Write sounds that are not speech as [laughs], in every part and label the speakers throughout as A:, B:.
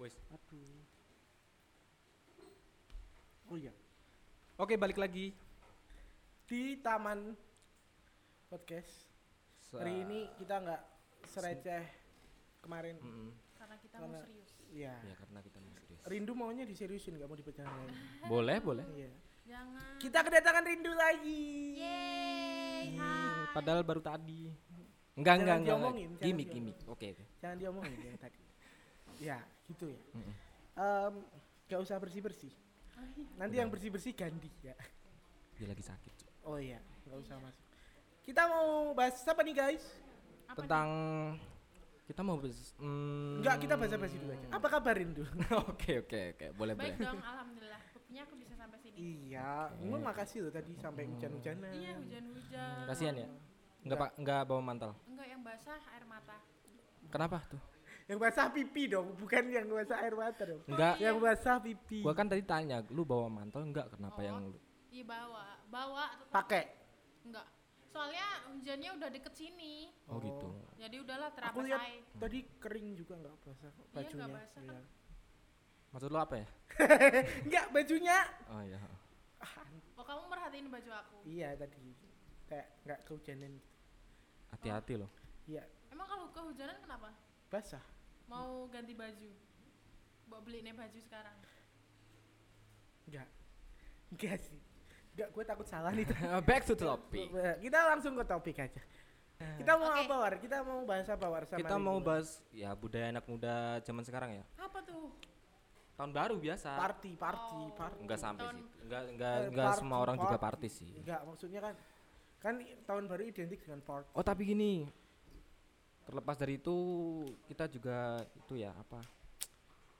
A: Wes.
B: Aduh. Oh iya.
A: Oke, balik lagi.
B: Di taman podcast
A: Sa-
B: hari ini kita nggak sereceh kemarin.
A: Mm-mm.
C: karena kita mau
B: Karena-
C: serius
B: Hmm. Iya.
A: Ya karena kita mau serius.
B: Rindu maunya diseriusin nggak mau dipercaya.
A: Boleh, boleh.
B: Iya.
C: jangan
B: Kita kedatangan rindu lagi.
C: yeay
A: Hmm, Padahal baru tadi. Enggak, enggak, enggak.
B: diomongin, jangan
A: Gimik,
B: diomongin.
A: gimik. Oke, oke.
B: Jangan diomongin ya tadi. Ya, gitu ya.
A: Mm-mm.
B: Em, nggak usah bersih-bersih. Nanti yang bersih-bersih ganti ya.
A: Dia lagi sakit. Cuk.
B: Oh iya, nggak usah masuk. Kita mau bahas apa nih guys?
C: Apa
A: Tentang kita mau bes- mm,
B: Enggak, kita basa-basi dulu aja. Apa kabar [laughs] rindu?
A: [laughs] Oke, oke, oke. Boleh,
C: nih? baik
A: boleh.
C: dong alhamdulillah buktinya aku bisa sampai sini
B: iya, lu makasih loh tadi sampai hujan-hujanan.
C: iya hujan-hujan
A: Kasihan ya. Enggak, Pak, enggak bawa mantel.
C: enggak yang basah air mata
A: Kenapa tuh?
B: Yang basah pipi dong, bukan yang basah air mata dong.
A: Enggak.
B: Yang basah pipi.
A: Nah. Gua kan tadi tanya, lu bawa mantel enggak? Kenapa
C: Oh.
A: yang lu?
C: iya bawa bawa tetap.
B: pakai.
C: enggak soalnya hujannya udah deket sini
A: Oh,
B: Oh.
A: gitu.
C: jadi udahlah
B: Aku
C: terapasai
B: lihat tadi kering juga nggak basah kok
C: Iya, nggak
B: bajunya.
C: basah.
B: Iya.
A: Maksud lu apa ya?
B: Enggak, bajunya.
A: Oh iya.
C: oh kamu merhatiin baju aku
B: Iya tadi. Kayak nggak kehujanan.
A: Hati-hati loh. [laughs]
B: Iya,
C: emang kalau kehujanan kenapa
B: basah.
C: mau ganti baju mau beli nih baju sekarang
B: Enggak. Enggak sih. Enggak, gue takut salah
A: [laughs]
B: nih.
A: Back to topic.
B: Kita langsung ke topik aja. Kita mau
C: Oke.
B: apa war? Kita mau bahas apa war sama
A: kita mau
B: Rindu?
A: bahas ya budaya anak muda zaman sekarang ya
C: apa tuh
A: tahun baru biasa
B: party, party,
C: Oh.
B: party.
A: enggak sampai
C: Tahun-
A: sih enggak enggak
B: Eh,
A: enggak
B: party,
A: semua orang juga
B: party.
A: party sih
B: Enggak, maksudnya kan kan i- tahun baru identik dengan party.
A: oh tapi gini terlepas dari itu kita juga itu ya apa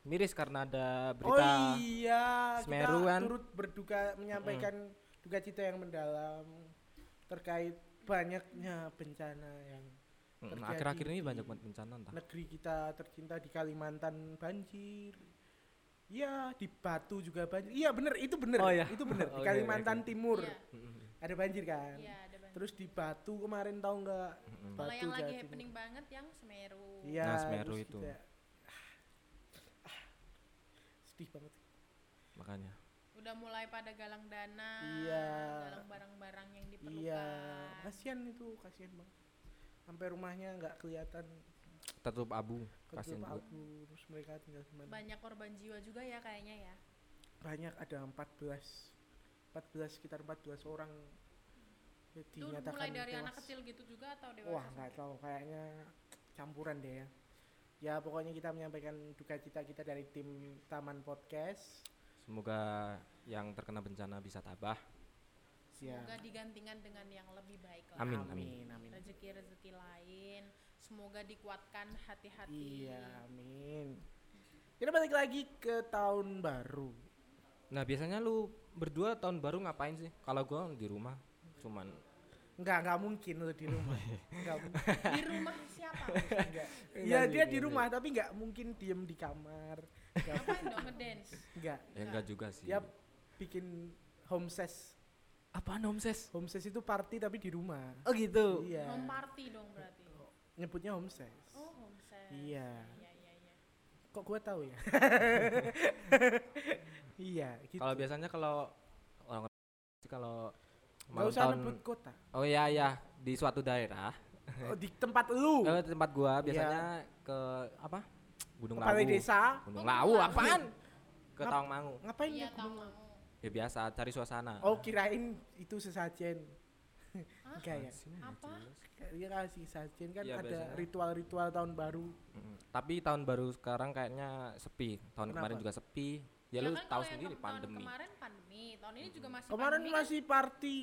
A: miris karena ada berita
B: oh iya,
A: Semeru
B: kita
A: kan.
B: turut berduka menyampaikan duka cita yang mendalam terkait banyaknya bencana yang
A: Mm,
B: terjadi
A: akhir-akhir ini
B: di
A: banyak banget bencana entah
B: negeri kita tercinta di Kalimantan banjir. Iya, di Batu juga banjir. Iya, bener, itu bener.
A: [laughs] Oh, iya.
B: Itu bener. Di
A: Oke,
B: Kalimantan
A: oke.
B: Timur
C: iya
A: Mm-mm.
B: ada banjir kan?
C: iya ada baju
B: Terus di Batu kemarin tahu nggak?
A: Mm-mm.
C: Kalau yang
B: Batu
C: lagi
B: Jawa Timur.
C: happening banget yang Semeru.
B: Iya.
A: Nah, Semeru
B: terus
A: itu.
B: kita- Ah, sedih banget.
A: makanya
C: Udah mulai pada galang dana.
B: Iya.
C: Galang barang-barang yang diperlukan.
B: Iya, kasihan itu, kasihan banget. Sampai rumahnya nggak kelihatan
A: tertutup abu kasihan
B: ketutup
A: juga
B: abu, terus mereka tinggal di mana?
C: Banyak korban jiwa juga ya kayaknya ya.
B: Banyak ada 14 14 sekitar 14 orang ya,
C: Itu mulai
B: dinyatakan
C: dari
B: tewas.
C: anak kecil gitu juga atau dewasa?
B: Wah, nggak tahu kayaknya campuran deh ya. Ya pokoknya kita menyampaikan duka cita kita dari tim Taman Podcast.
A: semoga yang terkena bencana bisa tabah
B: Ya.
C: Semoga digantikan dengan yang lebih baik lah.
A: Amin,
B: Amin, amin.
C: Rezeki-rezeki lain. Semoga dikuatkan hati-hati.
B: Iya, amin. Kita balik lagi ke tahun baru.
A: nah biasanya lu berdua tahun baru ngapain sih kalau gua di rumah cuman
B: Enggak, enggak mungkin lu di
A: [laughs]
B: rumah. Enggak mungkin.
C: Di rumah
B: [laughs]
C: siapa?
B: Enggak.
A: Iya,
B: Ya dia di rumah tapi enggak mungkin diem di kamar. Enggak.
C: Ngapain dong ngedance?
B: enggak.
A: ya enggak juga sih
B: Dia bikin home ses.
A: apaan om ses
B: Home ses itu party tapi di rumah.
A: Oh gitu.
B: Iya.
C: Home party dong berarti.
B: Nyebutnya home ses.
C: Oh, home set.
B: Iya.
C: Iya, iya, iya.
B: Kok gue tahu
A: [laughs]
B: ya? iya, gitu.
A: Kalau biasanya kalau orang sih kalau
B: Enggak
A: malam
B: usah
A: tahun
B: nyebut kota.
A: Oh iya ya, di suatu daerah
B: Oh, di tempat lu.
A: eh, tempat gua biasanya ke apa? Gunung
B: Iya. Kepala
A: Lawu.
B: desa. iya.
A: Gunung
C: Oh,
A: Lawu
C: Gunung Lawu.
A: apaan? Ke
B: Ngap-
A: Tawangmangu.
B: Ngapain lu
C: Iya,
B: ke
C: tahu
B: rumah?
C: aku.
A: Ya biasa cari suasana.
B: Oh, kirain itu sesajen.
C: Hah?
B: Enggak ya?
A: Sini aja
C: Apa?
A: jelas.
B: Iya kasih sajen kan
A: Iya,
B: ada
A: biasanya.
B: ritual-ritual tahun baru.
A: Mm-mm. Tapi tahun baru sekarang kayaknya sepi. Tahun kemarin
B: Kenapa?
A: juga sepi. Ya, lu
C: kan
A: tahu
C: kalau yang
A: sendiri
C: ke-
A: pandemi.
C: Tahun kemarin pandemi, tahun ini juga masih
B: Kemarin
C: pandemi. kan?
B: masih party.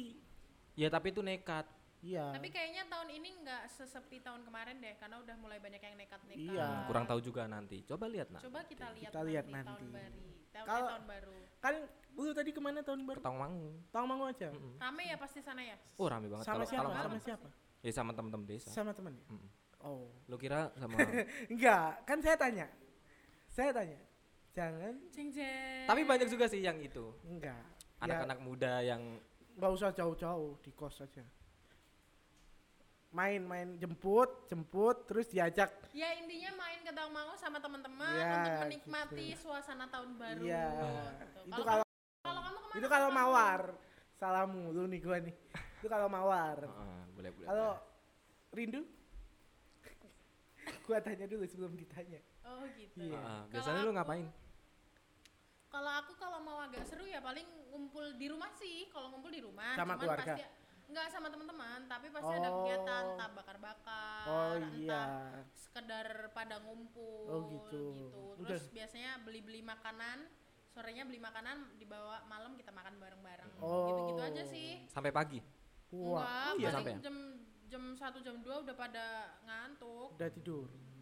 A: Ya tapi itu nekat.
B: Iya.
A: Nah.
C: Tapi kayaknya tahun ini nggak sesepi tahun kemarin deh, karena udah mulai banyak yang nekat-nekat.
B: Iya.
A: Hmm, Kurang tahu juga nanti. Coba lihat nah.
C: Coba kita lihat
B: Kita lihat
C: tahun
B: nanti.
C: baru. Tahun,
B: Kalau-
C: tahun baru.
B: Kan lu tadi kemana tahun
A: Ke
B: baru?
A: Tawangmangu.
B: Tawangmangu aja.
A: Mm-mm.
C: Rame ya pasti sana ya?
A: Oh rame banget.
B: Sama
A: Kalau-
B: siapa?
A: kalau
B: Sama
A: malam.
B: siapa?
A: Ya sama temen-temen desa.
B: Sama teman ya?
A: Mm-mm.
B: Oh.
A: Lu kira sama
B: [laughs] Enggak, kan saya tanya. Saya tanya. Jangan
C: Jeng jeng.
A: Tapi banyak juga sih yang itu.
B: enggak. Ya,
A: Anak-anak muda yang
B: nggak usah jauh-jauh di kos aja. main main jemput jemput terus diajak
C: Ya intinya main ke Tangmangu sama teman-teman
B: Ya,
C: untuk menikmati
B: gitu.
C: suasana tahun baru.
B: Iya.
A: Ah.
C: gitu.
B: itu kalau
C: kalau kamu kemana?
B: itu kalau
C: Kamu?
B: mawar salah mulu nih gua nih itu kalau mawar
A: Heeh, boleh boleh.
B: kalau
A: iya.
B: rindu gua tanya dulu sebelum ditanya
C: Oh gitu.
A: boleh.
B: Iya.
A: Heeh,
C: Kalau
A: biasanya lu
C: aku-
A: ngapain?
C: Kalau aku kalau mau agak seru ya paling ngumpul di rumah sih. Kalau ngumpul di rumah.
B: Sama
C: cuman
B: keluarga?
C: Pasti, enggak sama teman-teman, tapi pasti ada
B: Oh.
C: kegiatan entah bakar-bakar,
B: oh iya
C: entah sekedar pada ngumpul
B: Oh, gitu.
C: Terus biasanya beli-beli makanan, sorenya beli makanan dibawa malam kita makan bareng-bareng. Gitu-gitu aja
B: Oh.
C: sih.
A: Sampai pagi.
B: wah
A: iya.
C: Enggak, paling
A: Sampai ya?
C: jam jam satu jam dua udah pada ngantuk.
B: udah tidur
C: Hmm,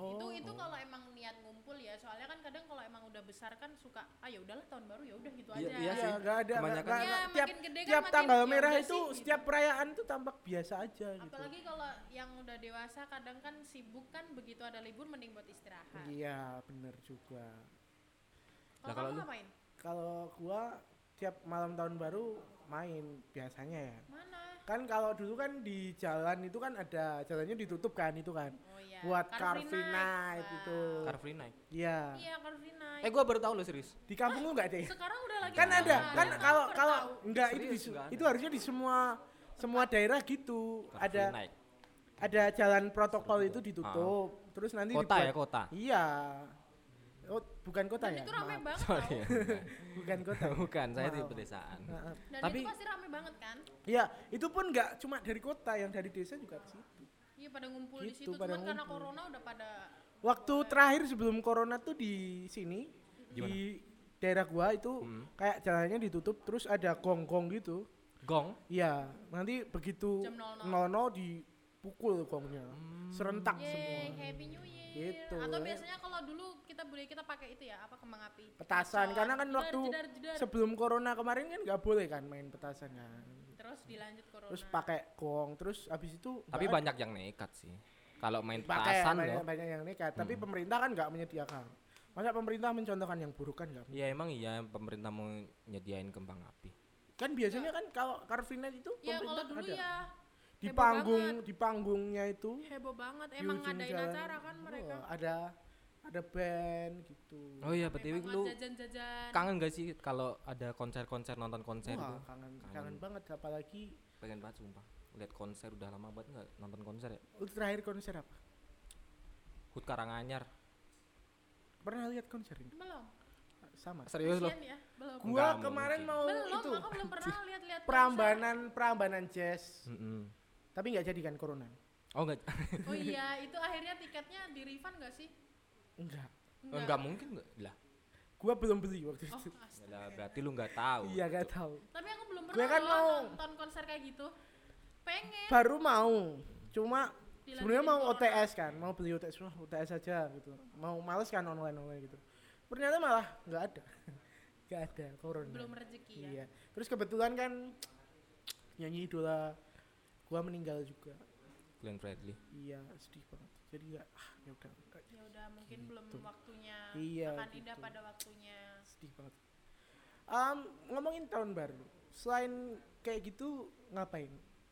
B: Oh.
C: Itu itu kalau emang niat ngumpul ya, soalnya kan kadang kalau emang udah besar kan suka, ah ya udahlah tahun baru ya udah gitu
A: Iya-
C: aja.
A: iya
B: Iya,
A: sih.
B: nggak ada. nggak-
A: Kebanyakan-
B: nggak-
C: Iya,
B: tiap
C: makin gede kan
B: tiap
C: makin
B: tanggal
C: ya udah
B: merah
C: sih,
B: itu
C: gitu.
B: setiap perayaan tuh tampak biasa aja gitu.
C: Apalagi kalau yang udah dewasa kadang kan sibuk kan begitu ada libur mending buat istirahat.
B: Iya, bener juga.
A: Lah,
C: Kalau
A: Nah, kalau
C: kamu
A: lu?
C: ngapain?
B: Kalau gua tiap malam tahun baru main biasanya ya.
C: Mana?
B: Kan kalau dulu kan di jalan itu kan ada jalannya ditutup kan itu kan.
C: Oh iya.
B: Buat
C: Car
B: car
C: free
B: free night
C: Wah.
B: itu.
A: Car free night.
B: Iya.
C: Iya, car free night.
A: Eh gua baru tahu lo serius.
B: Di kampung lu enggak deh?
C: Sekarang udah lagi
B: Kan
A: nggak
B: ada.
A: ada.
B: Kan
C: Yang
B: kalau
C: Iya, aku
B: kalau
C: baru
B: enggak itu
A: Serius,
B: di-
A: nggak ada.
B: itu harusnya di semua semua daerah gitu.
A: Car free
B: Ada
A: night.
B: ada jalan protokol itu ditutup. Terus nanti
A: Kota
B: dibuat
A: ya kota. [laughs]
B: Iya. Oh, bukan
C: tahu.
B: kota
C: Dan
B: ya?
C: itu rame
B: Maaf.
C: banget
A: Sorry.
C: tau.
A: ya.
B: [laughs] Bukan kota.
A: Bukan, saya di
B: Maaf.
A: pedesaan.
B: Heeh.
C: Dan
A: Tapi-
C: itu pasti rame banget kan?
B: Iya, itu pun nggak cuma dari kota, yang dari desa juga ke situ.
C: Iya pada ngumpul di
B: Gitu,
C: situ
B: pada
C: cuman karena
B: ngumpul.
C: corona udah pada
B: Waktu terakhir sebelum corona tuh di sini
A: Gimana?
B: di daerah gua itu
A: Hmm.
B: kayak jalannya ditutup terus ada gong-gong gitu.
A: Gong.
B: Iya, nanti begitu
C: Jam Hmm.
B: 00
C: 00.
B: dipukul gongnya. Serentak Ah, semua.
C: Yeay, happy new year.
B: Gitu,
C: Atau
B: ya.
C: biasanya kalau dulu kita budaya kita pakai itu ya, apa kembang api.
B: Petasan,
C: Petasan,
B: karena kan waktu
C: jedar, jedar, jedar.
B: sebelum corona kemarin kan nggak boleh kan main petasan kan.
C: Terus dilanjut corona.
B: Terus pakai gong, terus habis itu
A: Tapi
B: nggak ada-
A: banyak yang nekat sih. Kalau main
B: pakai
A: petasan
B: banyak,
A: loh. Hmm.
B: banyak yang nekat tapi pemerintah kan nggak menyediakan masa pemerintah mencontohkan yang buruk kan nggak
A: Ya emang iya pemerintah mau nyediain kembang api.
B: kan biasanya kan kalau car free night itu
C: ya Iya. kalau
B: pemerintah
C: dulu
B: ada
C: ya
B: di
C: heboh
B: panggung
C: banget.
B: di panggungnya itu
C: heboh banget
B: di
C: emang
B: ujung
C: ngadain
B: jalan,
C: acara kan
B: wah,
C: mereka.
B: ada ada band gitu
A: Oh iya, BTW
C: Memang
A: lu
C: jajan-jajan.
A: kangen gak sih kalau ada konser-konser nonton konser
B: Wah,
A: Nah, itu?
B: kangen, kangen
A: Kangen.
B: banget apalagi
A: Pengen banget sumpah. Lihat konser udah lama banget nggak nonton konser ya.
B: lu terakhir konser apa
A: Hut Karanganyar.
B: pernah lihat konser ini
C: belum.
B: sama
A: Serius lo?
C: Kasian ya, belum.
A: Gua-
B: gua
A: nggak
B: kemarin
A: mungkin.
B: mau
C: belum,
B: itu
C: aku belum pernah lihat-lihat konser.
B: perambanan perambanan jazz
A: Mm-mm.
B: tapi nggak jadi kan corona
A: Oh [laughs] enggak.
C: Oh iya, itu akhirnya tiketnya di refund gak sih?
B: enggak
A: enggak mungkin enggak. Lah,
B: gua belum beli waktu
C: Oh,
B: itu
C: astaga.
A: lah, berarti lu nggak tahu.
B: iya gak tahu
C: Tapi aku belum
B: Gue
C: pernah
B: kan
C: loh
B: mau-
C: nonton konser kayak gitu. Pengen.
B: baru mau cuma
C: Dilanjutin
B: sebenarnya mau
C: corona.
B: OTS kan mau beli OTS wah OTS aja gitu mau males kan online online gitu ternyata malah nggak ada [laughs] nggak ada corona
C: Belum rezeki ya.
B: iya terus kebetulan kan nyanyi idola gua meninggal juga
A: Glenn Fredly.
B: iya sedih banget jadi ya ah, ya udah nggak-
C: Ya udah mungkin belum waktunya.
B: Gitu. Iya,
C: Akan indah
B: gitu.
C: pada waktunya.
B: sedih banget Em, ngomongin tahun baru selain kayak gitu ngapain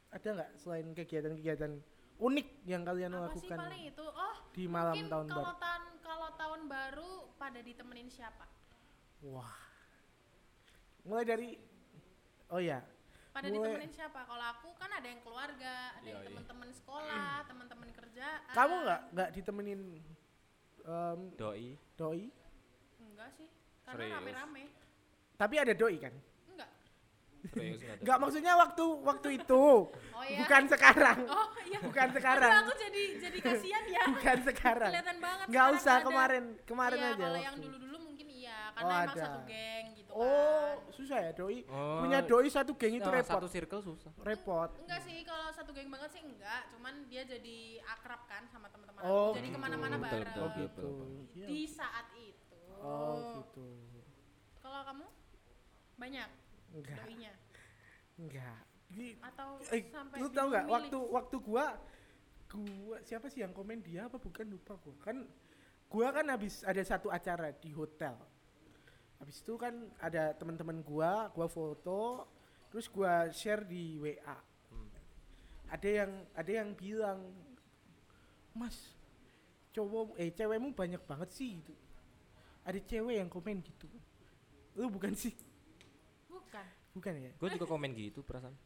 B: ada nggak selain kegiatan-kegiatan unik yang kalian
C: Apa sih
B: Kan lakukan
C: paling itu? Oh,
B: di malam
C: mungkin
B: tahun
C: kalau
B: baru
C: tahun kalau tahun baru pada ditemenin siapa?
B: Wah. Mulai dari Oh ya.
C: Pada
B: Gue-
C: ditemenin siapa? Kalau aku kan ada yang keluarga, ada yang
A: Yoi.
C: teman-teman
B: [clears throat]
C: sekolah, teman-teman kerjaan.
B: Kamu nggak
C: Ah.
B: nggak ditemenin em,
A: Doi.
B: doi?
C: Enggak sih.
A: Serius?
C: Karena rame-rame.
B: Tapi ada doi kan?
C: Enggak.
A: Serius nggak ada.
B: Nggak maksudnya waktu waktu itu.
C: Oh ya.
B: Bukan sekarang.
C: Oh iya.
B: [laughs] Bukan
C: Aduh,
B: sekarang.
C: aku jadi jadi kasihan ya.
B: Bukan [laughs] sekarang.
C: Kelihatan banget.
B: Nggak
C: sekarang
B: usah
C: ada.
B: kemarin, kemarin
C: Iya,
B: aja.
C: Kalau yang
B: waktu.
C: dulu-dulu mungkin iya,
B: Oh,
C: karena emang
B: ada.
C: satu geng gitu
B: Oh,
C: kan.
B: susah ya doi.
A: Oh.
B: Punya doi satu geng itu
A: Nah,
B: repot.
A: Satu circle susah.
B: Repot.
C: Enggak sih, kalau satu geng banget sih enggak, cuman dia jadi akrab kan sama teman-teman.
B: Oh,
C: jadi
B: gitu.
C: kemana-mana
A: Betul,
C: bareng.
A: betul, betul.
B: Gitu. Iya.
C: Di saat itu.
B: Oh, gitu.
C: Kalau kamu banyak
B: Enggak,
C: doinya
B: enggak. Di-
C: atau
B: Ya. Eh,
C: sampai
B: lu tau nggak
C: milih-milih?
B: waktu waktu gua gua siapa sih yang komen dia apa bukan lupa gua kan gua kan habis ada satu acara di hotel habis itu kan ada
C: Hmm.
B: teman-teman gua gua foto terus gua share di WA ada yang ada yang bilang mas cowok eh cewekmu banyak banget sih itu ada cewek yang komen gitu lu bukan sih
C: Bukan.
B: bukan ya
A: Gue juga komen gitu perasaan.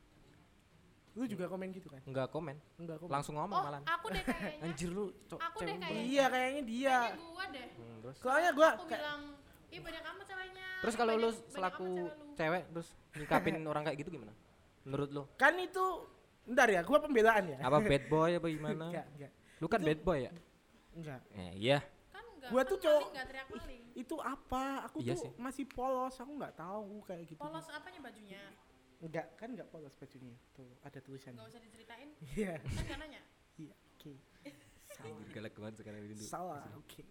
B: lu juga
C: Hmm.
B: komen gitu kan
A: Enggak komen,
B: enggak komen
A: langsung ngomong
C: Oh,
A: malah.
C: aku deh
B: [laughs]
C: kayaknya.
A: Anjir lu, cok.
C: Aku deh
A: cewek
C: kayaknya.
B: iya kayaknya dia
C: Kayaknya gua deh.
A: banget. Hmm, terus
B: soalnya gua
C: aku
B: kayak-
C: bilang, "Ih, banyak amat ceweknya."
A: terus
C: Ih,
A: kalau lu
C: banyak- banyak
A: selaku
C: amat cewek lu."
A: cewek terus
B: [laughs]
A: nyikapin orang kayak gitu gimana? Menurut lu?
B: kan itu ntar ya gua pembelaan ya
A: Apa bad boy apa gimana?
B: enggak enggak
A: Lu kan bad boy ya?
B: enggak
A: Eh, iya.
C: kan enggak.
B: Gua
C: kan
B: tuh cowok-
C: maling, enggak teriak maling.
B: itu apa aku
A: Iya
B: tuh
A: sih.
B: masih polos aku nggak tahu kayak gitu
C: Polos apanya bajunya?
B: enggak kan nggak polos bajunya tuh ada tulisannya
C: Enggak usah diceritain.
B: [laughs] iya
C: Kan enggak nanya.
B: iya oke salah
A: Galak banget sekarang ini.
B: salah oke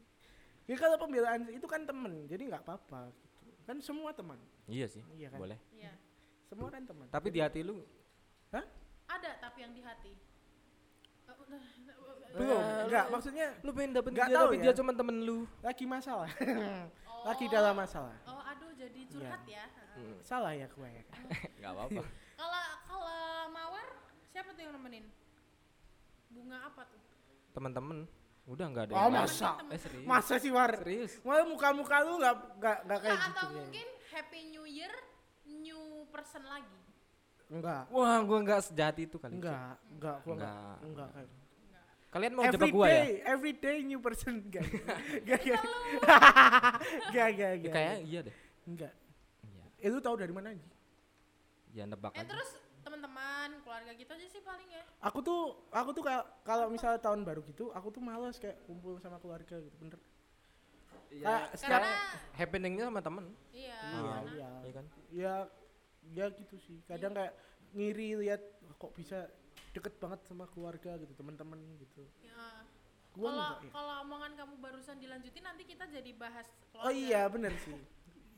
B: ya kalau pembelaan itu kan temen jadi nggak apa-apa gitu kan semua teman
A: Iya sih.
B: Iya kan?
A: Boleh.
C: Iya.
B: semua kan teman
A: Tapi di hati lu
B: Hah?
C: Ada tapi yang di hati. Eh, udah,
B: belum
A: Eh,
B: enggak
A: lu-
B: maksudnya
A: lu pengen dapet
B: Nggak
A: dia
B: tahu
A: tapi
B: ya.
A: dia cuma temen lu.
B: lagi masalah [laughs]
C: oh.
B: lagi dalam Iya. masalah
C: Oh, aduh jadi curhat ya. Heeh.
B: salah ya gue
A: Iya.
B: ya
A: Enggak [laughs] apa-apa.
C: Kalau kalau Mawar siapa tuh yang nemenin? Bunga apa tuh?
A: Temen-temen udah enggak ada.
B: Oh,
A: yang lain.
B: masa?
A: Eh, serius.
B: masa sih war
A: Serius.
B: malah muka-muka lu nggak nggak nggak
C: Enggak,
B: kayak gitu
C: atau
B: kayaknya.
C: mungkin Happy New Year new person lagi.
B: enggak
A: Wah, gua enggak sejati itu kali. Cok.
B: enggak enggak gua enggak
A: Enggak.
B: enggak kayak
A: Kalian mau
B: every
A: jebak gua ya?
B: day, every day new person [laughs] enggak enggak enggak enggak enggak
A: ya
B: enggak
A: kayaknya iya deh.
B: enggak
A: Iya.
B: eh lu tahu dari mana aja
A: Ya nebak
C: Eh
A: aja.
C: terus teman-teman, keluarga gitu aja sih paling ya.
B: aku tuh aku tuh kayak kalau misalnya tahun baru gitu aku tuh males kayak kumpul sama keluarga gitu bener Kayak setiap
C: Karena
A: Ya, happeningnya sama temen
C: iya,
B: iya
C: karena-
B: iya
A: ya kan
B: ya ya gitu sih kadang kayak ngiri lihat "Wah, kok bisa deket banget sama keluarga gitu teman-teman gitu
C: ya.
B: gua
C: Kalau
B: enggak ya
C: kalau omongan kamu barusan dilanjutin nanti kita jadi bahas keluarga.
B: oh iya bener sih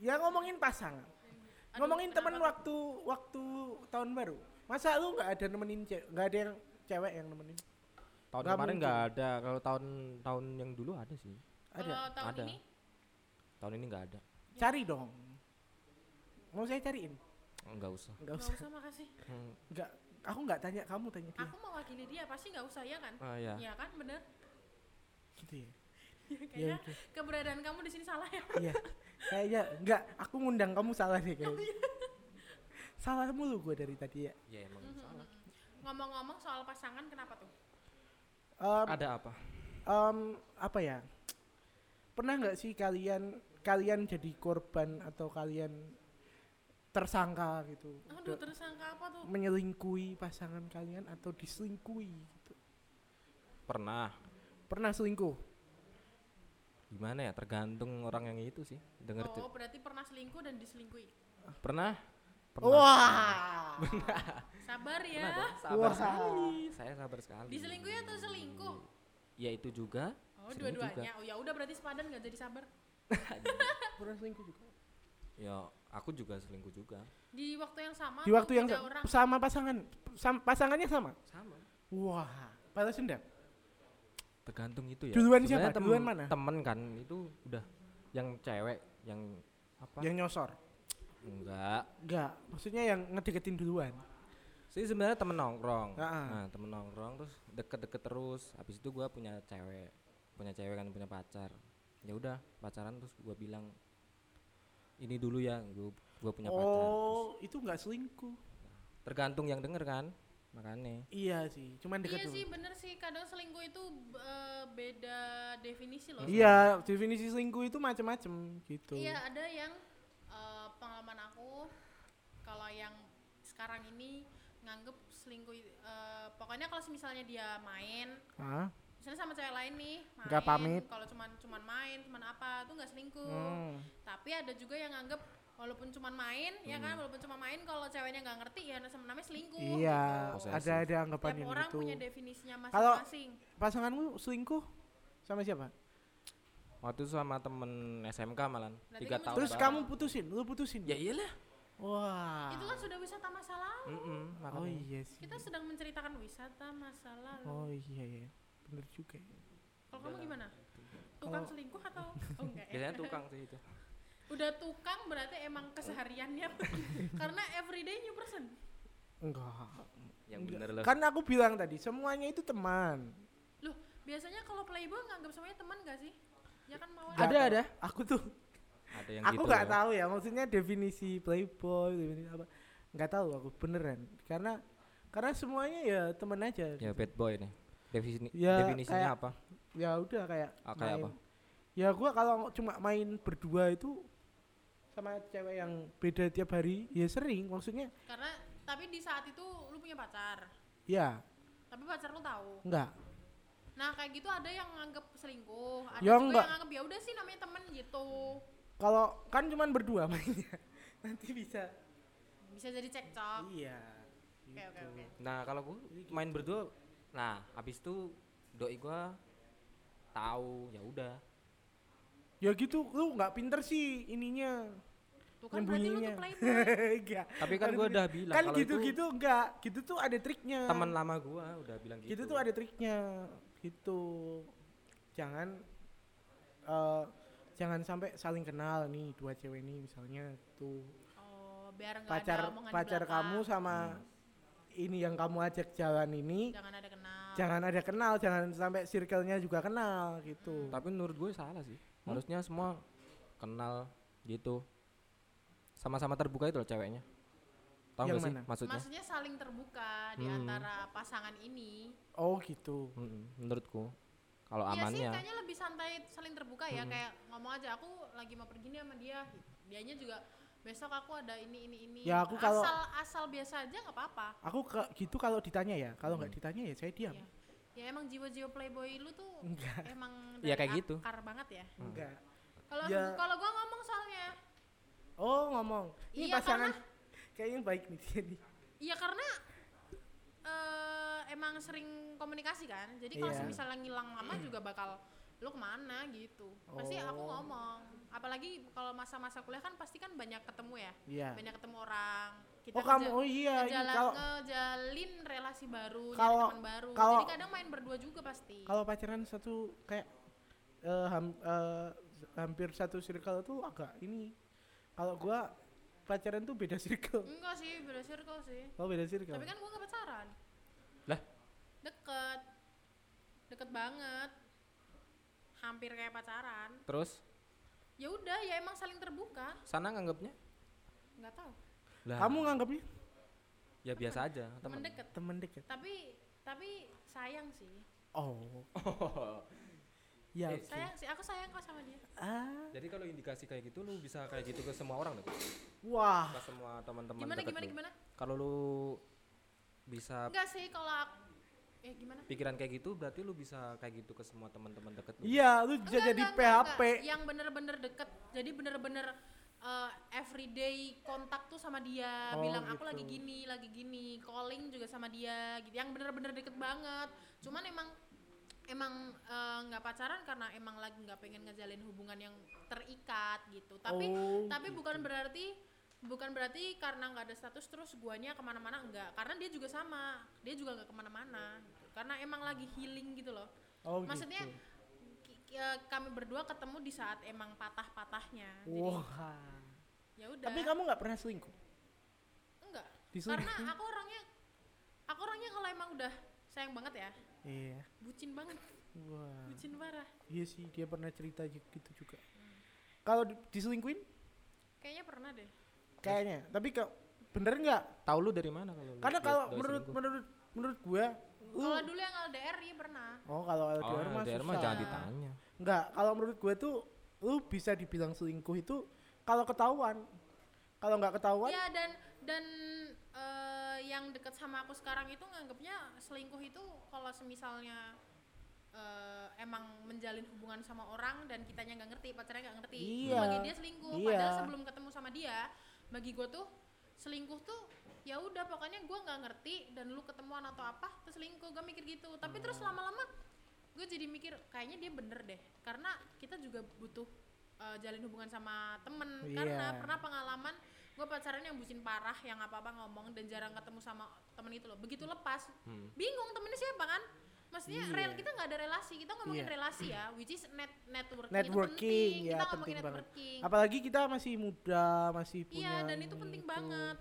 B: ya ngomongin pasangan
C: Aduh,
B: ngomongin temen
C: kenapa
B: waktu waktu tahun baru masa lu nggak ada nemenin cewek nggak ada yang cewek yang nemenin
A: tahun
B: Nggak
A: kemarin
B: mungkin.
A: nggak ada kalau tahun tahun yang dulu ada sih
B: ada
C: Kalau tahun
A: Ada.
C: ini
A: tahun ini nggak ada
B: cari dong mau saya cariin
A: nggak usah
B: nggak [laughs] usah
C: enggak usah makasih.
A: hmm.
B: nggak aku nggak tanya kamu tanya dia
C: Aku mewakili dia pasti nggak usah ya kan?
A: ah, ya.
C: Iya kan bener.
B: gitu ya
C: Ya, Kayaknya
B: oke.
C: keberadaan kamu di sini salah ya.
B: iya kayaknya nggak aku ngundang kamu salah deh
C: Oh
B: kayaknya
C: iya.
B: salah mulu gue dari tadi ya
A: ya emang
C: Mhm,
A: salah
C: Ngomong-ngomong soal pasangan kenapa tuh? mhm.
B: Em,
A: ada apa
B: em, apa ya pernah nggak sih kalian kalian jadi korban atau kalian tersangka gitu
C: Aduh,
B: Da-
C: tersangka apa tuh?
B: menyelingkuhi pasangan kalian atau diselingkuhi gitu.
A: pernah
B: pernah selingkuh
A: gimana ya tergantung orang yang itu sih denger
C: Oh, berarti pernah selingkuh dan diselingkuhi.
A: pernah pernah
B: wah
C: Sabar
A: Pernah
C: ya.
A: dong, sabar
B: Wah.
A: sekali saya sabar sekali
C: Diselingkuhi atau selingkuh?
A: ya itu juga
C: Oh,
A: selingkuh juga.
C: dua-duanya. Oh, ya udah berarti sepadan nggak jadi sabar.
B: [laughs] pernah selingkuh juga
A: ya aku juga selingkuh juga
C: Di waktu yang sama
B: di
C: atau
B: waktu yang
C: beda
B: sa-
C: orang.
B: sama pasangan sam- pasangannya sama
A: sama
B: wah balas dendam
A: tergantung itu ya
B: Duluan
A: Sebenarnya
B: siapa?
A: temen-
B: Duluan mana?
A: temen kan itu udah yang cewek yang apa
B: yang nyosor
A: enggak
B: enggak maksudnya yang ngedeketin duluan
A: sih sebenarnya temen nongkrong
B: Ah.
A: nah temen nongkrong terus deket-deket terus habis itu gua punya cewek punya cewek kan punya pacar ya udah pacaran terus gua bilang ini dulu ya gua gua punya pacar terus,
B: oh itu enggak selingkuh
A: tergantung yang denger kan makanya
B: iya sih cuman deket
C: Iya
B: dulu
C: sih, bener sih. Kadang selingkuh itu b- eh, beda definisi loh.
B: iya definisi selingkuh itu macem-macem gitu
C: Iya, ada yang eh, pengalaman aku kalau yang sekarang ini nganggep selingkuh i- eh, pokoknya kalau misalnya dia main
B: Hah?
C: misalnya sama cewek lain nih main
B: Nggak pamit.
C: kalau cuman cuman main cuman apa tuh nggak selingkuh
A: Oh.
B: Hmm.
C: tapi ada juga yang nganggep walaupun cuman main ya kan walaupun cuma main kalau ceweknya nggak ngerti ya sama namanya selingkuh
B: Hmm. iya
A: gitu.
B: ada ada
C: gitu.
B: anggapan
C: tiap
B: yang
C: orang
B: itu
C: punya definisinya
B: Kalau-
C: masing-masing
B: pasanganmu selingkuh sama siapa
A: waktu itu sama temen SMK malah
C: Berarti
A: tiga
C: kamu
A: tahun
B: Terus
A: bareng.
B: kamu putusin, lu putusin.
A: ya iyalah
B: Wah.
C: itu kan sudah wisata masa lalu
A: Mm-mm,
B: oh
A: makanya.
B: iya sih.
C: kita sedang menceritakan wisata masa lalu
B: Oh iya ya. Bener juga. ya.
C: kalau kamu gimana tukang selingkuh atau oh enggak ya?
A: biasanya tukang sih itu
B: [laughs]
C: udah tukang berarti emang kesehariannya karena everyday new person
B: Enggak.
A: yang
B: Enggak.
A: bener loh
B: Kan aku bilang tadi semuanya itu teman.
C: Loh, biasanya kalau playboy nganggap semuanya teman gak sih? Ya kan mau
B: Nggak
A: Ada,
B: tahu.
A: ada.
B: Aku tuh
A: ada yang
B: aku
A: gitu
B: nggak
A: ya.
B: tahu ya maksudnya definisi playboy definisi apa nggak tahu aku beneran karena karena semuanya ya teman aja
A: ya bad boy nih Defini-
B: Ya,
A: definisinya
B: kayak-
A: apa
B: ya udah kayak
A: Ah, kayak apa?
B: ya gua kalau cuma main berdua itu sama cewek yang beda tiap hari ya sering maksudnya
C: Karena tapi di saat itu lu punya pacar.
B: ya
C: Tapi pacar lu tahu.
B: enggak
C: Nah, kayak gitu ada yang nganggap selingkuh, ada
B: Ya,
C: juga
B: enggak.
C: yang nganggap ya udah sih namanya temen gitu.
B: kalau kan cuman berdua [laughs] mainnya nanti bisa
C: Bisa jadi cekcok.
B: iya
C: Oh. Oke, oke,
B: gitu.
C: oke.
A: nah kalau gue main berdua nah habis itu doi gua tahu ya udah
B: ya gitu lu nggak pinter sih ininya [laughs]
C: Tuh kan berarti lu tuh
B: Nyembunyinya.
C: playboy.
B: Enggak.
A: Tapi kan
B: Ada
A: gua
B: trik-
A: udah bilang
B: kan
A: kalau itu
B: gitu-gitu enggak. Gitu tuh ada triknya.
A: teman lama gua udah bilang
B: gitu.
A: gitu
B: tuh ada triknya. Gitu. Jangan eh jangan sampai saling kenal nih dua cewek ini misalnya tuh
C: Oh, biar enggak ada
B: pacar
C: omongan di
B: pacar
C: belakang.
B: kamu sama ini yang kamu ajak jalan ini
C: jangan ada kenal.
B: jangan ada kenal jangan sampai circle-nya juga kenal gitu
C: Hmm.
A: tapi menurut gue salah sih
B: Hmm?
A: harusnya semua kenal gitu sama-sama terbuka itu loh ceweknya tahu
B: Yang
A: nggak sih
B: mana?
A: maksudnya Hmm.
C: Maksudnya saling terbuka di antara pasangan ini.
B: oh gitu
A: Mm-mm, menurutku kalau
C: Iya sih,
A: amannya Hmm.
C: kayaknya lebih santai, saling terbuka ya. Kayak ngomong aja, aku lagi mau pergi nih sama dia. Dianya juga besok aku ada ini ini ini.
B: Ya, aku kalau-
C: asal asal biasa aja nggak apa-apa.
B: aku ke gitu kalau ditanya ya kalau nggak ditanya ya saya diam
C: Ya. ya emang jiwa-jiwa playboy lu tuh
B: Enggak.
C: emang
A: Ya,
C: dari
A: kayak gitu.
C: akar banget ya.
B: enggak
C: Kalau
B: Ya.
C: kalau gua ngomong soalnya,
B: Oh ngomong, ini
C: Iya,
B: pasangan kayaknya baik nih dia nih.
C: iya karena eh, emang sering komunikasi kan. Jadi kalau
B: Iya.
C: misalnya ngilang lama juga bakal lu kemana gitu. Pasti aku
B: Oh.
C: ngomong. Apalagi kalau masa-masa kuliah kan pasti kan banyak ketemu ya.
B: Iya.
C: banyak ketemu orang kita
B: Oh kamu,
C: ngeja-
B: oh iya, ini
C: ngejalan-
B: kalau
C: ngejalin relasi baru nyari
B: Kalau-
C: teman baru
B: kalau-
C: jadi kadang main berdua juga pasti
B: kalau pacaran satu kayak eh, ham- eh, hampir satu circle tuh agak ini. Kalau gua pacaran tuh beda [laughs] circle.
C: enggak sih beda circle sih
B: Oh beda circle.
C: tapi kan gua nggak pacaran
A: Lah?
C: deket deket banget hampir kayak pacaran
A: terus
C: ya udah ya emang saling terbuka
A: sana nganggapnya
C: nggak tahu
A: lah
B: kamu nganggapnya
A: ya biasa aja
C: temen
A: teman [laughs]
C: deket
B: temen dekat.
C: tapi tapi sayang sih
B: Oh. Ya. oke.
C: sayang sih aku sayang kok sama dia
B: Ah.
A: jadi kalau indikasi kayak gitu lu bisa kayak gitu ke semua orang deh
B: Wah.
A: ke semua teman-teman
C: gimana
A: deket
C: gimana
A: lu.
C: gimana
A: kalau lu bisa
C: enggak sih kalau aku eh gimana
A: pikiran kayak gitu berarti lu bisa kayak gitu ke semua teman-teman deket lu
B: Iya, lu bisa
C: Enggak,
B: jadi
C: enggak, enggak,
B: PHP.
C: enggak. Iya, Yang bener-bener deket, jadi bener-bener uh, everyday kontak tuh sama
B: Oh,
C: dia, bilang aku
B: gitu.
C: lagi gini, lagi gini, calling juga sama dia, gitu. Yang bener-bener deket banget. Cuman emang emang uh, nggak pacaran karena emang lagi nggak pengen ngejalin hubungan yang terikat gitu. Tapi
B: Oh,
C: tapi bukan berarti bukan berarti karena nggak ada status terus guanya kemana-mana enggak karena dia juga sama dia juga nggak kemana-mana gitu. karena emang lagi healing gitu loh
B: Oh,
C: maksudnya
B: gitu.
C: ki- ki- eh, kami berdua ketemu di saat emang patah-patahnya jadi
B: Wah.
C: ya udah
B: Tapi kamu nggak pernah selingkuh. [laughs]
C: enggak
B: Disuruh.
C: karena aku orangnya aku orangnya kalau emang udah sayang banget ya
B: Iya.
C: bucin banget [laughs]
B: Wah.
C: bucin parah
B: Iya sih, dia pernah cerita ju- gitu juga. Kalau di- diselingkuhin?
C: kayaknya pernah deh
B: Kayaknya. Tapi kok bener nggak?
A: tahu lu dari mana kalau lu
B: Karena
A: lihat
B: kalau
A: doi
B: menurut
A: Iya, selingkuh?
B: menurut menurut gua lu
C: kalau dulu yang LDR ya pernah
B: Oh, kalau
A: oh,
B: LDR mah
A: LDR mah
B: susah.
A: jangan ditanya
B: Enggak, kalau menurut gua tuh lu bisa dibilang selingkuh itu kalau ketahuan. Kalau nggak ketahuan,
C: ya dan dan eh, yang dekat sama aku sekarang itu nganggapnya selingkuh itu kalau semisalnya eh, emang menjalin hubungan sama orang dan kitanya nggak ngerti pacarnya nggak ngerti itu
B: Iya.
C: bagi dia selingkuh
B: Iya.
C: padahal sebelum ketemu sama dia bagi gue tuh selingkuh tuh ya udah pokoknya gue nggak ngerti dan lu ketemuan atau apa terus selingkuh gue mikir gitu tapi terus
B: Hmm.
C: lama-lama gue jadi mikir kayaknya dia bener deh karena kita juga butuh eh, jalin hubungan sama temen karena
B: Iya.
C: pernah pengalaman gue pacaran yang bucin parah yang apa apa ngomong dan jarang ketemu sama temen itu loh begitu lepas
A: Hmm.
C: bingung temennya siapa kan maksudnya
B: Iya.
C: rel kita nggak ada relasi kita ngomongin
B: Iya.
C: relasi ya which is net networking itu
B: networking
C: penting.
B: ya
C: kita
B: penting
C: ngomongin
B: banget.
C: networking
B: Apalagi kita masih muda, masih punya Gitu.
C: iya dan itu penting
B: itu.
C: banget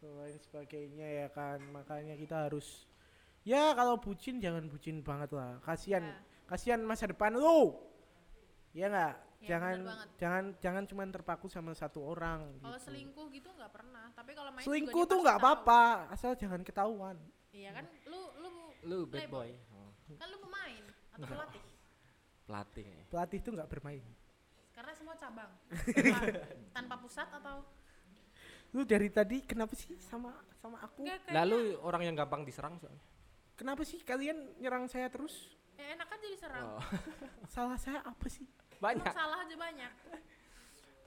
B: dan lain sebagainya ya kan makanya kita harus ya kalau bucin jangan bucin banget lah kasihan
C: Ya.
B: kasihan masa depan lu ya nggak
C: Ya,
B: jangan
C: bener banget.
B: jangan jangan cuman terpaku sama satu orang
C: Kalau
B: gitu.
C: selingkuh gitu nggak pernah, tapi kalau main juga
B: selingkuh
C: dia
B: tuh
C: pasti
B: nggak
C: tahu.
B: apa-apa asal jangan ketahuan
C: Iya kan, lu lu
A: Lu bad
C: playboy.
A: boy. Oh,
C: kan lu pemain atau pelatih,
A: pelatih. kayaknya.
B: pelatih tuh nggak bermain
C: karena semua
B: [laughs]
C: cabang Apa? tanpa pusat atau
B: lu dari tadi kenapa sih sama sama aku
C: enggak kayak
A: Lalu orang yang gampang diserang soalnya.
B: kenapa sih kalian nyerang saya terus
C: eh, enak aja diserang.
A: Oh,
B: salah saya apa sih
C: Emang
B: Iya.
A: Banyak.
C: salah aja banyak.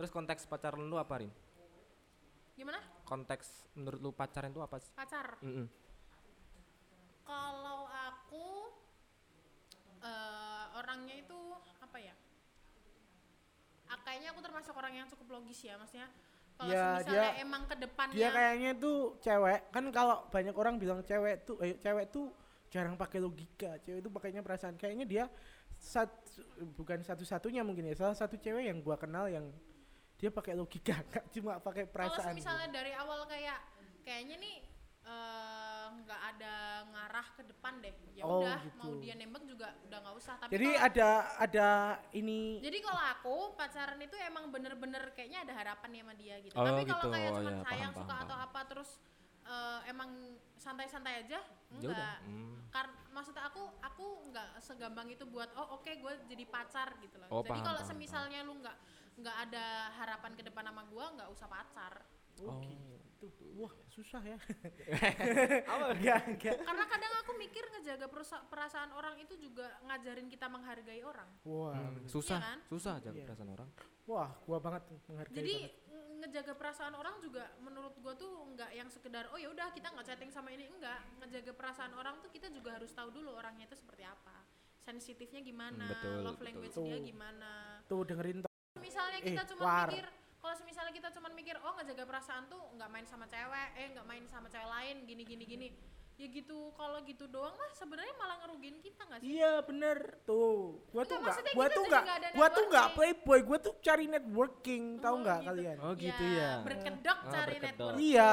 A: Terus konteks pacaran lu apa, Rin?
C: Gimana?
A: Konteks menurut lu pacaran itu apa sih?
C: Pacar.
A: Mm-mm.
C: Kalau aku eh, orangnya itu apa ya? Ah, Kayaknya aku termasuk orang yang cukup logis ya, maksudnya. Kalau
B: Ya,
C: misalnya
B: dia-
C: emang ke depannya
B: dia kayaknya tuh cewek kan kalau banyak orang bilang cewek tuh eh, cewek tuh jarang pakai logika cewek tuh pakainya perasaan kayaknya dia satu, bukan satu-satunya mungkin ya salah satu cewek yang gua kenal yang dia pakai logika [laughs] nggak cuma pakai
C: kalau
B: perasaan
C: misalnya dari awal kayak kayaknya nih eh, nggak ada ngarah ke depan deh ya
B: Oh,
C: udah
B: gitu.
C: mau dia nembak juga udah nggak usah tapi
B: jadi
C: kalau-
B: ada ada ini
C: jadi kalau aku pacaran itu emang bener-bener kayaknya ada harapan ya sama dia gitu
A: Oh,
C: tapi kalau
A: gitu.
C: kayak
A: Oh,
C: cuma
A: ya, paham,
C: sayang
A: paham,
C: suka atau
A: paham.
C: apa terus eh, emang santai-santai aja
A: Ya udah.
C: enggak
A: Mm.
C: karena maksud aku aku nggak segampang itu buat oh oke gue jadi pacar gitu loh
A: Oh,
C: jadi
A: paham,
C: kalau
A: paham,
C: semisalnya lu nggak nggak ada harapan ke depan sama gue nggak usah pacar
A: Oh.
B: oh, gitu. wah susah
A: [laughs]
B: ya [laughs]
A: Enggak.
C: karena kadang aku mikir ngejaga perusa- perasaan orang itu juga ngajarin kita menghargai orang
B: wah
A: Hmm,
B: bener.
A: susah,
C: Iya kan?
A: susah jaga
B: Iya.
A: perasaan orang.
B: wah gua banget menghargai
C: jadi
A: gitu.
B: banget.
C: nge- ngejaga perasaan orang juga menurut gue tuh nggak yang sekedar oh ya udah kita nggak chatting sama ini enggak ngejaga perasaan orang tuh kita juga harus tahu dulu orangnya itu seperti apa sensitifnya gimana
A: Hmm, betul,
C: love
A: betul.
C: language
B: Tuh.
C: dia gimana
B: tuh dengerin to-
C: misalnya
B: Eh,
C: kita cuma
B: war.
C: mikir kalau misalnya kita cuma mikir oh ngejaga perasaan tuh nggak main sama cewek eh nggak main sama cewek lain gini gini gini ya gitu kalau gitu doang mah sebenarnya malah ngerugiin kita nggak sih
B: Iya bener tuh, gua tuh
C: Enggak,
B: nggak,
C: maksudnya
B: gua
C: kita
B: tuh
C: juga
B: nggak,
C: nggak ada
B: gua tuh nggak
C: networking.
B: playboy, gua tuh cari networking, tahu
C: Oh,
B: nggak
C: gitu.
B: kalian?
A: Oh, gitu ya.
C: Iya, Berkedok
A: Ah,
C: cari
A: berkedok.
C: network.
B: Iya.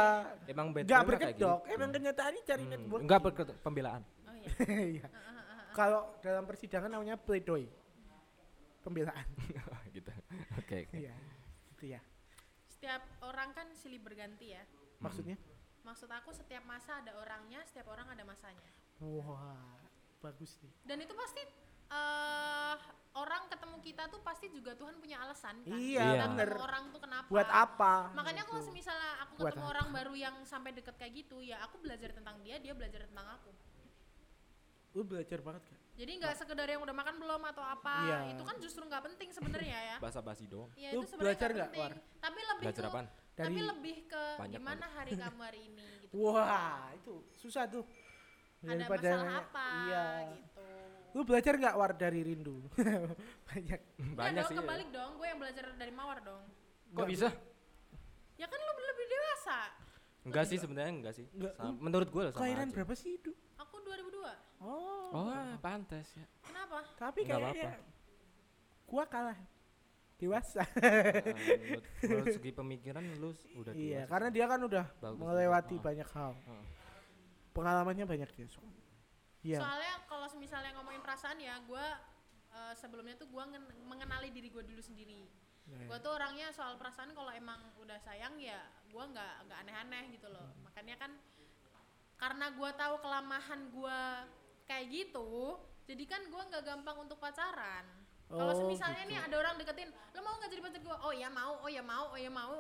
A: Emang bad
B: Enggak
A: boy mah kayak
B: berkedok,
A: gitu.
B: emang
A: Hmm.
B: kenyataannya cari
A: Hmm,
B: networking.
A: Enggak berkedok, pembelaan.
C: Oh iya.
B: [laughs] Iya.
C: ah.
B: Kalau dalam persidangan namanya pledoi.
A: [laughs]
B: Pembelaan.
A: gitu. Oke, oke.
B: Iya. Gitu ya.
C: Setiap orang kan silih berganti ya.
A: Hmm.
B: Maksudnya?
C: Maksud aku setiap masa ada orangnya, setiap orang ada masanya.
B: Wah, bagus nih.
C: Dan itu pasti eh orang ketemu kita tuh pasti juga Tuhan punya alasan kan.
B: Iya,
A: Iya.
C: Ketemu
B: bener.
C: orang tuh kenapa?
B: Buat apa?
C: Makanya
B: Gitu.
C: kalau misalnya aku
B: Buat
C: ketemu orang baru yang sampai deket kayak gitu, ya aku belajar tentang dia, dia belajar tentang aku.
B: lu belajar banget kan?
C: Jadi nggak sekedar yang udah makan belum atau apa,
B: Iya.
C: itu kan justru nggak penting sebenarnya ya.
A: Bahasa basi doang.
C: Ya
B: Lu
C: itu sebenarnya
B: belajar
C: nggak
B: nggak,
C: penting. Tapi lebih
A: Belajar
C: ke-
A: apaan?
C: tapi
B: Dari-
C: lebih ke
A: Banyak
C: gimana hari kamu hari ini gitu.
B: Wah, itu susah tuh.
C: Ada
B: [laughs] Daripada
C: masalah
B: nanya-
C: apa
B: Iya.
C: gitu.
B: Lu belajar nggak war dari rindu? [laughs] Banyak.
C: Banyak
A: [laughs] Banyak
C: dong,
A: sih.
C: kebalik dong, gue yang belajar dari Mawar dong.
A: Kok bisa?
C: Ya kan lu lebih dewasa.
A: Enggak sih sebenarnya enggak sih.
B: Enggak,
A: Sama-
B: lu
A: menurut gua loh sama
B: hmm, Kelahiran
A: aja.
B: berapa sih itu?
C: Aku 2002.
B: Oh.
A: Oh, pantas
B: [laughs]
A: ya.
C: Kenapa?
B: Tapi
A: Nggak
B: kayaknya gua kalah. Dewasa.
A: Ah, menurut, menurut segi pemikiran lu s- udah
B: [laughs] iya,
A: dewasa.
B: karena dia kan udah
A: Bagus,
B: melewati
A: bagus.
B: banyak hal.
A: Heeh.
B: Pengalamannya banyak dia. so. Iya.
C: Soalnya kalau misalnya ngomongin perasaan ya, gue eh, sebelumnya tuh gue ngen- mengenali diri gue dulu sendiri.
B: Nah,
C: Gue tuh orangnya soal perasaan kalau emang udah sayang ya gue nggak nggak aneh-aneh gitu loh. Makanya kan karena gue tahu kelemahan gue kayak gitu, jadi kan gue nggak gampang untuk pacaran. Kalau
B: Oh,
C: misalnya
B: gitu.
C: nih ada orang deketin, lo mau nggak jadi pacar gue? Oh ya mau, oh ya mau, oh ya mau.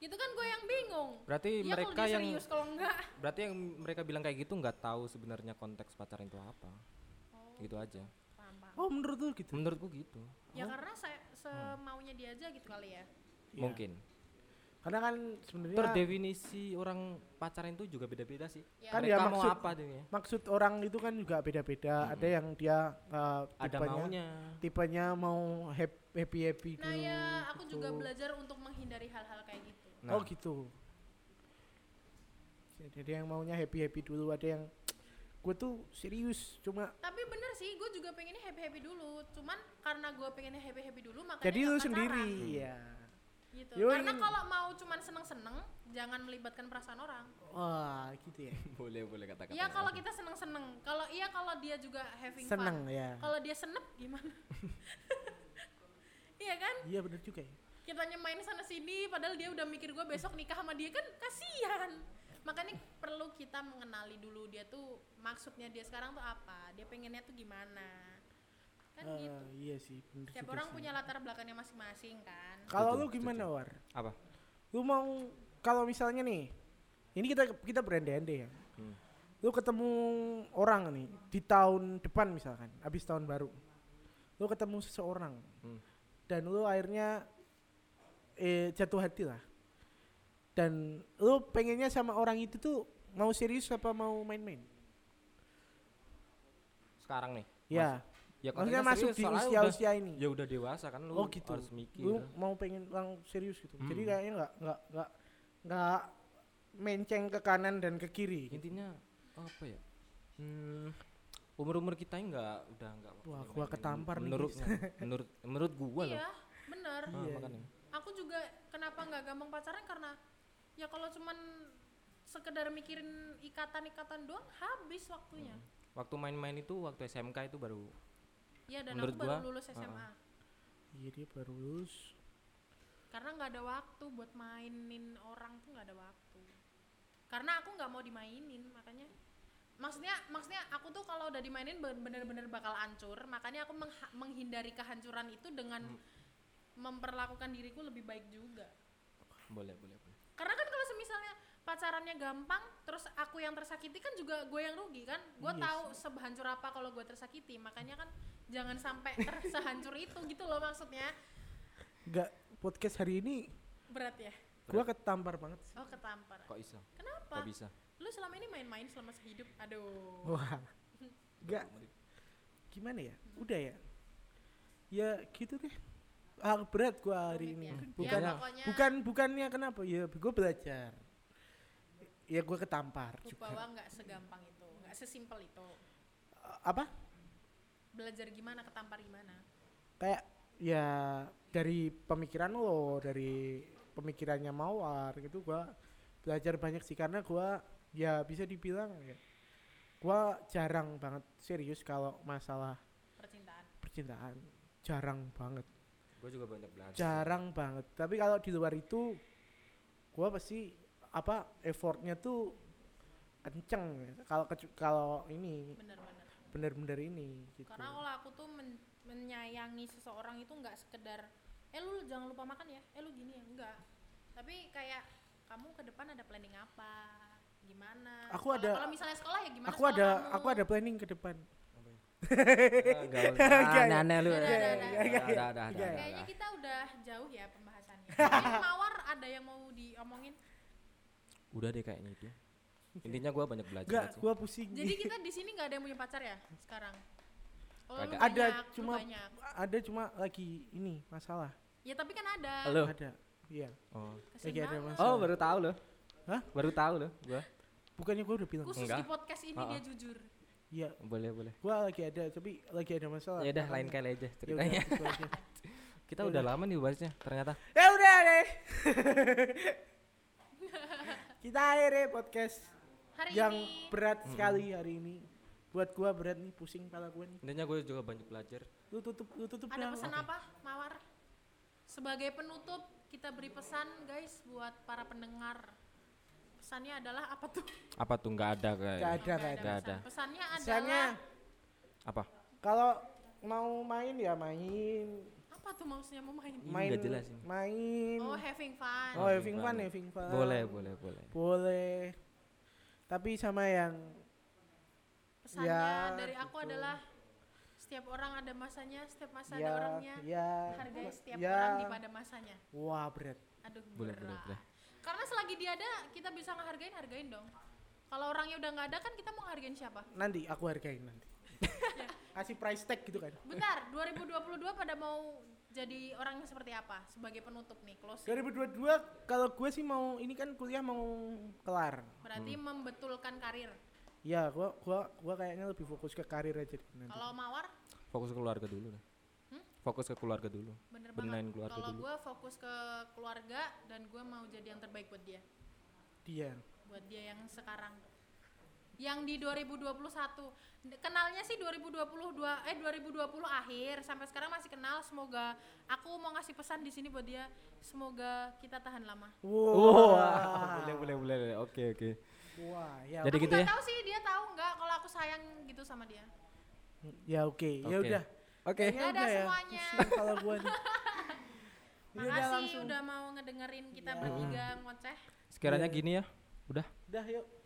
C: Gitu kan gue yang bingung.
A: Berarti
C: Iya kalau
A: mereka
C: dia
A: yang
C: serius kalau enggak.
A: berarti yang mereka bilang kayak gitu nggak tahu sebenarnya konteks pacaran itu apa.
C: Oh,
A: Gitu aja.
C: paham, paham.
B: Oh, menurut lu gitu.
A: Menurutku gitu.
C: Ya karena saya semaunya dia aja gitu kali ya.
B: Iya.
A: Mungkin.
B: Karena kan sebenarnya
A: Terdefinisi orang pacaran itu juga beda-beda sih.
C: Ya.
B: Kan
A: mereka
B: dia
A: mau
B: maksud-
A: apa dia?
B: maksud orang itu kan juga beda-beda. Ada yang dia eh,
A: Ada
B: tipenya
A: maunya.
B: tipenya mau happy happy dulu.
C: Nah ya aku juga
B: gitu.
C: belajar untuk menghindari hal-hal kayak gitu.
A: Nah,
B: Oh gitu. Jadi ada yang maunya happy happy dulu, ada yang gue tuh serius cuma.
C: Tapi bener sih, gue juga pengennya happy happy dulu. Cuman karena gue pengennya happy happy dulu, makanya
B: jadi
C: nggak
B: lu
C: pacaran.
B: sendiri ya.
C: gitu
B: Yoi.
C: karena kalau mau cuman seneng-seneng jangan melibatkan perasaan orang
B: Wah, gitu ya.
A: boleh boleh kata-kata
C: Iya kalau kita seneng-seneng kalau iya kalau dia juga having
B: Seneng
C: fun
B: ya.
C: kalau dia senep gimana
B: [laughs]
C: iya kan
B: Iya bener juga ya.
C: kita nyemain sana sini padahal dia udah mikir gue besok nikah sama dia kan kasihan makanya perlu kita mengenali dulu dia tuh maksudnya dia sekarang tuh apa dia pengennya tuh gimana kan
B: Eh,
C: gitu
B: iya sih, bener
C: setiap
B: juga
C: orang
B: sih.
C: punya latar belakangnya masing-masing kan
B: Kalau lu
A: Setuju,
B: gimana, War?
A: apa
B: Lu mau kalau misalnya nih, ini kita kita berandai-andai ya.
A: Hmm.
B: Lu ketemu orang nih di tahun depan misalkan, habis tahun baru. Lu ketemu seseorang
A: Hmm.
B: dan lu akhirnya eh, jatuh hati lah. Dan lu pengennya sama orang itu tuh mau serius apa mau main-main?
A: sekarang nih
B: Ya,
A: ya
B: maksudnya
A: konteksnya
B: masuk
A: serius,
B: di
A: soalnya udah-
B: usia-usia ini.
A: ya udah dewasa kan lu
B: Oh, gitu.
A: harus mikir
B: lu mau pengen lang serius gitu jadi
A: Mm.
B: kayaknya nggak nggak nggak nggak menceng ke kanan dan ke kiri gitu.
A: intinya apa ya hmm, umur umur kita ini nggak udah nggak
B: Wah,
A: waktunya
B: gua
A: main-main.
B: ketampar nih,
A: menurutnya
B: [laughs]
A: menurut menurut gua loh
C: iya bener
A: Ah,
B: Iya.
A: makanya.
C: aku juga kenapa nggak gampang pacaran karena ya kalau cuman sekedar mikirin ikatan-ikatan doang habis waktunya
A: waktu main-main itu waktu SMK itu baru
C: Iya dan
A: Menurut
C: aku baru
A: gua,
C: lulus
A: ah,
C: SMA
A: ah.
B: iya dia baru lulus
C: karena nggak ada waktu buat mainin orang tuh nggak ada waktu karena aku nggak mau dimainin makanya maksudnya maksudnya aku tuh kalau udah dimainin ben- bener-bener bakal hancur makanya aku mengha- menghindari kehancuran itu dengan
A: Hmm.
C: memperlakukan diriku lebih baik juga
A: boleh boleh boleh
C: karena kan kalau semisalnya pacarannya gampang terus aku yang tersakiti kan juga gue yang rugi kan gue
B: Iya
C: tahu sehancur apa kalau gue tersakiti makanya kan jangan sampai [laughs] ter- sehancur itu gitu loh maksudnya
B: nggak podcast hari ini
C: berat ya
B: gua ketampar banget sih.
C: oh ketampar
A: kok bisa
C: kenapa
A: nggak bisa
C: lu selama ini main-main selama sehidup aduh
B: wah nggak gimana ya udah ya ya gitu deh ah, berat gua hari ini
C: Rumit ya.
B: bukan
C: Ya, pokoknya
B: bukan bukannya kenapa ya gua belajar ya gua ketampar
C: lu
B: juga
C: bawa nggak segampang itu nggak sesimpel itu
B: apa
C: belajar gimana ketampar gimana
B: kayak ya dari pemikiran lo dari pemikirannya mawar gitu gua belajar banyak sih karena gua ya bisa dibilang ya gua jarang banget serius kalau masalah
C: percintaan
B: percintaan jarang banget
A: gue juga banyak belajar
B: jarang banget tapi kalau di luar itu gua pasti apa effortnya tuh kenceng ya, kalau kecu- kalau ini
C: bener-bener
B: bener-bener ini gitu
C: karena kalau aku tuh men- menyayangi seseorang itu nggak sekedar eh lu jangan lupa makan ya eh lu gini ya enggak tapi kayak kamu ke depan ada planning apa gimana
B: Aku
C: Sekolah-
B: ada-
C: kalau misalnya sekolah ya gimana
B: aku
C: sekolah
B: ada
C: kamu?
B: aku ada planning ke depan [laughs]
A: Enggak usah aneh-aneh Ah, nah, lu.
C: Udah, udah, udah.
A: Udah, udah, udah, udah,
C: kayaknya
A: udah.
C: kita udah jauh ya pembahasannya
B: [laughs]
C: Mungkin mawar ada yang mau diomongin
A: Udah deh kayaknya itu. Intinya gua banyak belajar
B: Enggak,
A: aja.
B: gua pusing.
C: Jadi kita di sini nggak ada yang punya pacar ya sekarang? Oh,
A: Kagak.
C: lu banyak,
B: Ada,
C: lu
B: cuma-
C: banyak.
B: ada cuma lagi ini masalah.
C: Ya tapi kan ada.
A: Lu.
B: Ada. Iya.
A: Oh.
C: Kasian
B: lagi ada
C: banget.
B: masalah.
A: Oh, baru tahu lo.
B: Hah?
A: Baru tahu lo gua.
B: Bukannya gua udah bilang.
C: Khusus
A: Enggak.
C: di podcast ini
A: Ah, ah.
C: dia jujur.
B: Iya,
A: Boleh, boleh.
B: gua lagi ada tapi lagi ada masalah.
A: Ya udah lain
B: Makanya-
A: kali aja
B: Ya udah, Ya
A: ceritanya. [laughs]
B: gitu aja.
A: Kita udah lama nih bahasnya ternyata.
B: Ya udah deh. [laughs] kita akhiri podcast
C: Hari
B: yang
C: ini
B: berat sekali hari ini. Buat gua berat nih pusing kepala gua nih.
A: Intinya gua juga banyak belajar.
B: Lu tutup lu tutup dah.
C: ada pesan apa, Mawar? Sebagai penutup kita beri pesan guys buat para pendengar. Pesannya adalah apa tuh?
A: Apa tuh enggak ada kayak.
B: Nggak
C: Oh,
B: ada, nggak
C: nggak
A: ada.
C: pesan.
A: Nggak ada.
C: Pesannya adalah
B: Pesannya
A: Apa?
B: kalau mau main ya main
C: apa tuh maksudnya mau main?
A: Ini
B: main
A: nggak jelas ini.
B: main
C: Oh having fun.
B: Oh, having fun,
A: Fun.
B: having fun.
A: Boleh, boleh, boleh.
B: Boleh. Tapi sama yang
C: Pesannya
B: ya,
C: dari aku
B: gitu.
C: adalah setiap orang ada masanya, setiap masa
B: ya
C: ada orangnya.
B: ya
C: Hargai setiap
B: ya.
C: orang di pada masanya.
B: Wah, berat.
C: Aduh,
A: Boleh,
C: berat.
A: boleh, boleh.
C: Karena selagi dia ada, kita bisa ngehargain, hargain dong. Kalau orangnya udah nggak ada kan kita mau hargain siapa?
B: Nanti aku hargain
C: [laughs]
B: nanti. Kasih price tag gitu kan.
A: [laughs]
C: Bentar, 2022 pada mau jadi orang yang seperti apa? Sebagai penutup nih, close.
B: 2022 kalau gue sih mau ini kan kuliah mau kelar.
C: Berarti
A: Hmm.
C: membetulkan karir.
B: Ya, gua gua gua kayaknya lebih fokus ke karir aja deh nanti.
C: Kalau mawar,
A: Fokus keluarga dulu deh.
C: Hmm?
A: fokus ke keluarga dulu
C: bener
A: Benahin
C: banget
A: keluarga
C: kalau
A: dulu.
C: gue fokus ke keluarga dan gue mau jadi yang terbaik buat dia
B: dia
C: buat dia yang sekarang yang di 2021 N- kenalnya sih 2022 eh 2020 akhir sampai sekarang masih kenal semoga aku mau ngasih pesan di sini buat dia semoga kita tahan lama
B: wow,
A: boleh boleh boleh boleh. oke oke
B: wah ya
A: Jadi
C: aku
A: gitu ya?
C: nggak tahu sih dia tahu nggak kalau aku sayang gitu sama dia
B: ya oke ya
A: Oke.
B: udah
A: oke
B: Kayaknya
C: Dadah
B: udah ya.
C: semuanya.
B: Pusing kalau gua
C: [laughs]
B: nih Ya udah
C: makasih
B: langsung
C: udah mau ngedengerin kita
B: Iya.
C: bertiga ngoceh
A: sekiranya gini ya udah
B: udah yuk